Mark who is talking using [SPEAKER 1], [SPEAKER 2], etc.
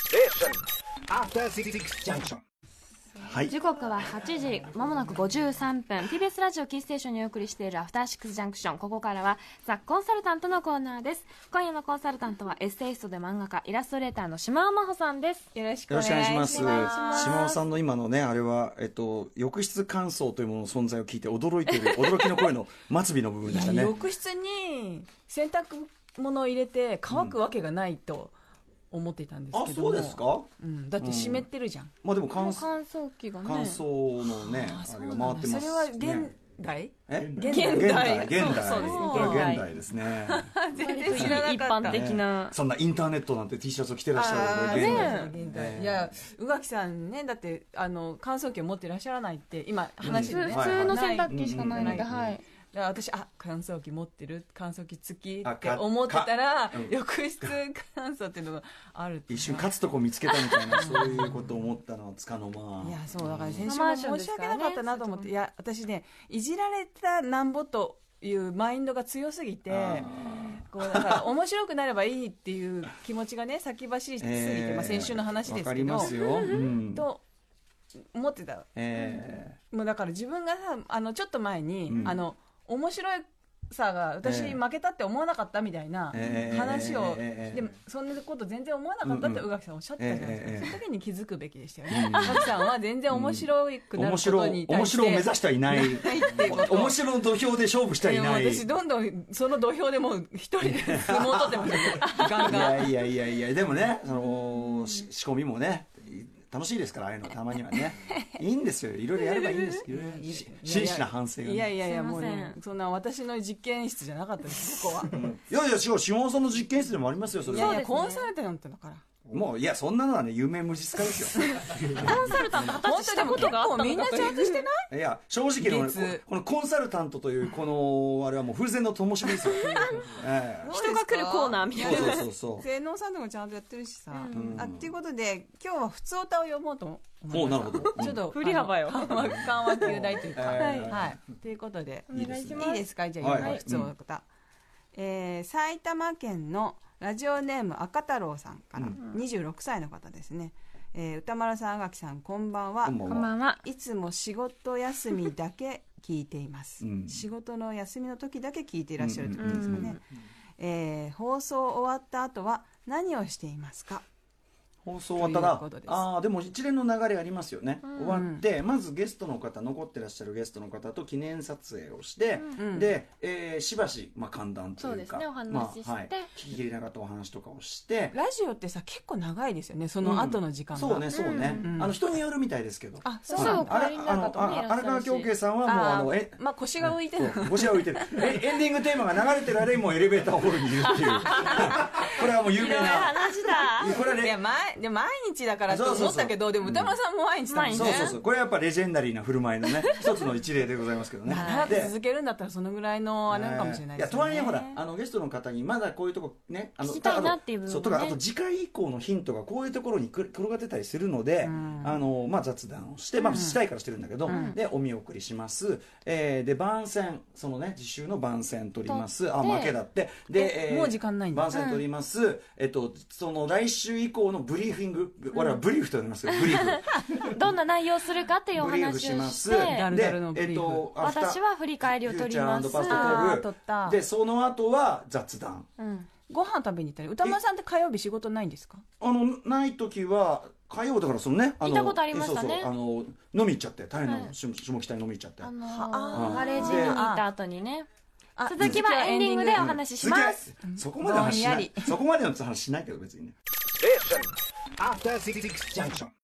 [SPEAKER 1] Station. After Six Junction.
[SPEAKER 2] はい
[SPEAKER 3] 時刻は8時まもなく53分 TBS ラジオキーステーションにお送りしているアフターシックスジャンクションここからはザ・コンサルタントのコーナーです今夜のコンサルタントはエッセイストで漫画家イラストレーターの島尾真帆さんです
[SPEAKER 4] よろしく
[SPEAKER 2] よ
[SPEAKER 4] お
[SPEAKER 2] ろしくお願
[SPEAKER 4] 願
[SPEAKER 2] い
[SPEAKER 4] い
[SPEAKER 2] し
[SPEAKER 4] し
[SPEAKER 2] ま
[SPEAKER 4] ますす。
[SPEAKER 2] 島尾さんの今のねあれは、えっと、浴室乾燥というものの存在を聞いて驚いている 驚きの声の末尾の部分でしたね
[SPEAKER 4] 浴室に洗濯物を入れて乾くわけがないと思っていたんです
[SPEAKER 2] あ
[SPEAKER 4] けども、
[SPEAKER 2] そうですか
[SPEAKER 4] うん、だって湿ってるじゃん、
[SPEAKER 2] まあでも乾
[SPEAKER 3] 乾
[SPEAKER 2] 燥
[SPEAKER 3] 燥機がね
[SPEAKER 2] 乾燥のね
[SPEAKER 4] あ
[SPEAKER 2] あ
[SPEAKER 4] そう
[SPEAKER 2] れが
[SPEAKER 4] なんだ
[SPEAKER 2] 回ってます
[SPEAKER 4] それは現
[SPEAKER 2] ね
[SPEAKER 4] 代、
[SPEAKER 2] え
[SPEAKER 4] 現
[SPEAKER 2] 現代
[SPEAKER 4] 代
[SPEAKER 2] 現代
[SPEAKER 4] そうそうですね
[SPEAKER 2] これは現代です ね
[SPEAKER 4] 全
[SPEAKER 3] 割と一般的な
[SPEAKER 2] そんなインターネットなんて T シャツを着てらっしゃ
[SPEAKER 4] あ
[SPEAKER 2] る
[SPEAKER 4] ー
[SPEAKER 2] ので現代
[SPEAKER 4] そうそう現代
[SPEAKER 2] ええ
[SPEAKER 4] いや宇垣さんねだってあの乾燥機を持ってらっしゃらないって今話で
[SPEAKER 2] う
[SPEAKER 4] ね、
[SPEAKER 2] ん
[SPEAKER 3] 普
[SPEAKER 2] はいはい
[SPEAKER 3] 通の洗濯機しかないので、
[SPEAKER 4] うん
[SPEAKER 3] はい
[SPEAKER 4] だから私あ乾燥機持ってる乾燥機付き
[SPEAKER 2] あ
[SPEAKER 4] って
[SPEAKER 2] か
[SPEAKER 4] 思ってたら、
[SPEAKER 2] かうん
[SPEAKER 4] 浴室乾燥っていうのがあるって
[SPEAKER 2] 一瞬勝つとこ見つけたみたい なそういうことを思ったのはつかの間
[SPEAKER 4] いやそうだから先
[SPEAKER 3] まあマンシ
[SPEAKER 4] 週
[SPEAKER 3] ョン
[SPEAKER 4] も
[SPEAKER 3] で
[SPEAKER 4] 申し
[SPEAKER 3] すか
[SPEAKER 4] 訳
[SPEAKER 3] ら
[SPEAKER 4] な
[SPEAKER 3] ね
[SPEAKER 4] かったなと思って、いや私ねいじられたなんぼというマインドが強すぎて
[SPEAKER 2] あ
[SPEAKER 4] こうだから面白くなればいいっていう気持ちがね先走り
[SPEAKER 2] ー
[SPEAKER 4] すぎて、
[SPEAKER 2] ええ
[SPEAKER 4] まあ、先週の話
[SPEAKER 2] わ
[SPEAKER 4] です
[SPEAKER 2] か
[SPEAKER 4] け
[SPEAKER 2] りま
[SPEAKER 4] ど
[SPEAKER 2] すよ、うん
[SPEAKER 4] と思ってた
[SPEAKER 2] え
[SPEAKER 4] もうだから自分がさあのちょっと前に、
[SPEAKER 2] うん
[SPEAKER 4] あの面白いさが私
[SPEAKER 2] ええ
[SPEAKER 4] 負けたって思わなかったみたいな
[SPEAKER 2] ええ
[SPEAKER 4] 話を、
[SPEAKER 2] ええ
[SPEAKER 4] でもそんなこと全然思わなかったって
[SPEAKER 2] うんう
[SPEAKER 4] 宇
[SPEAKER 2] ん
[SPEAKER 4] 垣さんおっしゃってたじゃないですか、
[SPEAKER 2] ええええ
[SPEAKER 4] その時に気づくべきでしたよ
[SPEAKER 2] う
[SPEAKER 4] ね
[SPEAKER 2] ん
[SPEAKER 4] 宇垣さんは全然面白
[SPEAKER 2] え
[SPEAKER 4] くなること
[SPEAKER 2] 面
[SPEAKER 4] に対して、
[SPEAKER 2] 白を目指してはいない
[SPEAKER 4] っていうこと
[SPEAKER 2] 面白の土俵で勝負してはい
[SPEAKER 4] でも
[SPEAKER 2] ない
[SPEAKER 4] 私どんどんその土俵でもう一人で相撲を取ってましたねガン
[SPEAKER 2] い
[SPEAKER 4] ガン
[SPEAKER 2] やいやいやいやでもねそのし仕込みもね楽しいですからああいうのたまには ねいいんですよいろいろやればいいんですいろいろし 真摯な反省がね
[SPEAKER 4] いやいやいや
[SPEAKER 3] すい
[SPEAKER 4] も
[SPEAKER 3] ま
[SPEAKER 4] う
[SPEAKER 3] せん
[SPEAKER 4] ねそんな私の実験室じゃなかったですここは
[SPEAKER 2] いやいやしかし島尾さんの実験室でもありますよそ
[SPEAKER 4] い
[SPEAKER 2] れ
[SPEAKER 4] や
[SPEAKER 2] はい
[SPEAKER 4] や
[SPEAKER 3] ね
[SPEAKER 4] コンサルタントだから
[SPEAKER 2] もういやそんなのはね有名無実家ですよ
[SPEAKER 3] コンサルタント果た
[SPEAKER 4] 本
[SPEAKER 3] した
[SPEAKER 4] 当でも
[SPEAKER 3] こ
[SPEAKER 4] 結
[SPEAKER 3] とがあったの
[SPEAKER 4] 構
[SPEAKER 3] か
[SPEAKER 4] みんなちゃんとしてない
[SPEAKER 2] いや正直ね俺こ
[SPEAKER 4] 月
[SPEAKER 2] このコンサルタントというこのあれはもう風前の灯火 ですよ、ええ
[SPEAKER 3] 人が来るコーナーみたいな
[SPEAKER 2] そうそうそうそう
[SPEAKER 4] 性能さんとかもちゃんとやってるしさ、
[SPEAKER 2] ん
[SPEAKER 4] あっていうことで今日は普通歌を読もうと思い
[SPEAKER 2] お
[SPEAKER 4] ま
[SPEAKER 2] な
[SPEAKER 4] し
[SPEAKER 2] る
[SPEAKER 4] た
[SPEAKER 2] ほどうん
[SPEAKER 4] ちょっと
[SPEAKER 3] 振り幅よ
[SPEAKER 4] あの緩和緩和球大というか
[SPEAKER 2] はい
[SPEAKER 4] はい、
[SPEAKER 2] はい
[SPEAKER 4] はいということで
[SPEAKER 2] いいですね
[SPEAKER 4] いいですかじゃあ今
[SPEAKER 2] はいはい
[SPEAKER 4] 普通歌、えー埼玉県のラジオネーム赤太郎さんから、
[SPEAKER 2] うん
[SPEAKER 4] 26歳の方ですね、えー歌丸さんあがきさんこんばんは
[SPEAKER 2] こんば
[SPEAKER 3] こんばんはい
[SPEAKER 4] つも仕事休みだけ聞いています、
[SPEAKER 2] うん
[SPEAKER 4] 仕事の休みの時だけ聞いていらっしゃるって
[SPEAKER 3] う
[SPEAKER 4] ことですかね、
[SPEAKER 3] ん
[SPEAKER 4] えー放送終わった後は何をしていますか
[SPEAKER 2] 放送終わったら
[SPEAKER 4] ということです
[SPEAKER 2] ああでも一連の流れありますよね、
[SPEAKER 3] うん
[SPEAKER 2] 終わってまずゲストの方残ってらっしゃるゲストの方と記念撮影をして、
[SPEAKER 4] うん
[SPEAKER 2] で、えーしばし、まあ、簡単というか
[SPEAKER 3] そうですねお話しして
[SPEAKER 2] まあはい、聞き切れなかったお話とかをして
[SPEAKER 4] ラジオってさ結構長いですよねその後の時間が、
[SPEAKER 2] そうねそうね、
[SPEAKER 4] うん
[SPEAKER 2] あの人によるみたいですけど
[SPEAKER 4] あそう
[SPEAKER 2] はい
[SPEAKER 3] そう
[SPEAKER 2] あ
[SPEAKER 3] 変わりなかったね
[SPEAKER 2] あ
[SPEAKER 3] いらっしゃるし
[SPEAKER 2] 荒川京慶さんはもうあ
[SPEAKER 4] あ
[SPEAKER 2] のえ
[SPEAKER 4] ーまあ腰が浮いてる
[SPEAKER 2] そう腰は浮いてるえエンディングテーマが流れてるあれもエレベーターホールにいるって いうこれはもう有名な
[SPEAKER 3] 話だ
[SPEAKER 2] これはね
[SPEAKER 4] いや前で毎日だからと
[SPEAKER 2] そうそう
[SPEAKER 4] 思
[SPEAKER 2] そう
[SPEAKER 4] ったけどでも歌丸さんも毎日だもん
[SPEAKER 3] 毎日
[SPEAKER 4] ね
[SPEAKER 2] そうそうそうこれはやっぱレジェンダリーな振る舞いのね一つの一例でございますけどね
[SPEAKER 4] 長く
[SPEAKER 2] で
[SPEAKER 4] 続けるんだったらそのぐらいのあれなのかもしれない
[SPEAKER 2] い
[SPEAKER 4] で
[SPEAKER 2] や
[SPEAKER 4] す
[SPEAKER 2] と
[SPEAKER 4] よ
[SPEAKER 2] は
[SPEAKER 4] ね
[SPEAKER 2] いえほらあのゲストの方にまだこういうとこねあの
[SPEAKER 3] 聞きたいなっていう部分
[SPEAKER 2] そうと
[SPEAKER 3] ね
[SPEAKER 2] かあと次回以降のヒントがこういうところにくる転がってたりするので、
[SPEAKER 4] ん
[SPEAKER 2] あのまあ、雑談をして、まあ、したいからしてるんだけど、でお見送りします、えーで番宣そのね次週の番宣取りますあ
[SPEAKER 3] 取って
[SPEAKER 2] 負けだってで、
[SPEAKER 4] えもう時間ないんだ
[SPEAKER 2] 番宣取ります、えっとその来週以降のブリーフィング我々ブリーフと呼びますけどブリーフ
[SPEAKER 3] どんな内容するかっていうお
[SPEAKER 2] ブリーフ
[SPEAKER 3] 話
[SPEAKER 2] し
[SPEAKER 3] を
[SPEAKER 2] ま
[SPEAKER 3] し
[SPEAKER 2] す。
[SPEAKER 3] て
[SPEAKER 4] ダルダルのブリーフ
[SPEAKER 2] アフター
[SPEAKER 3] 私は振り返りを取ります
[SPEAKER 2] フューチャーパス
[SPEAKER 4] あー
[SPEAKER 2] ト
[SPEAKER 4] 撮っ
[SPEAKER 2] 取
[SPEAKER 4] た
[SPEAKER 2] る。で、その後は雑談。
[SPEAKER 3] うん
[SPEAKER 4] ご飯食べに行ったり歌丸さんって火曜日仕事ないんですか
[SPEAKER 2] あの、ない時は、火曜だからそのね、あの、
[SPEAKER 3] 見たことありましたね
[SPEAKER 2] そうそうあの、飲み行っちゃって、大変な
[SPEAKER 3] は
[SPEAKER 2] の、
[SPEAKER 3] い
[SPEAKER 2] 下下北に飲み行っちゃって。
[SPEAKER 3] あ
[SPEAKER 4] は
[SPEAKER 3] の
[SPEAKER 2] あ
[SPEAKER 3] ガレージに行った後にね
[SPEAKER 4] あ
[SPEAKER 3] 続きはエンディングでお話しします
[SPEAKER 2] すげえそこまでの話しな
[SPEAKER 4] ぼんや
[SPEAKER 2] い。そこまでの話しないけど別にね。
[SPEAKER 1] Station. After Six Junction.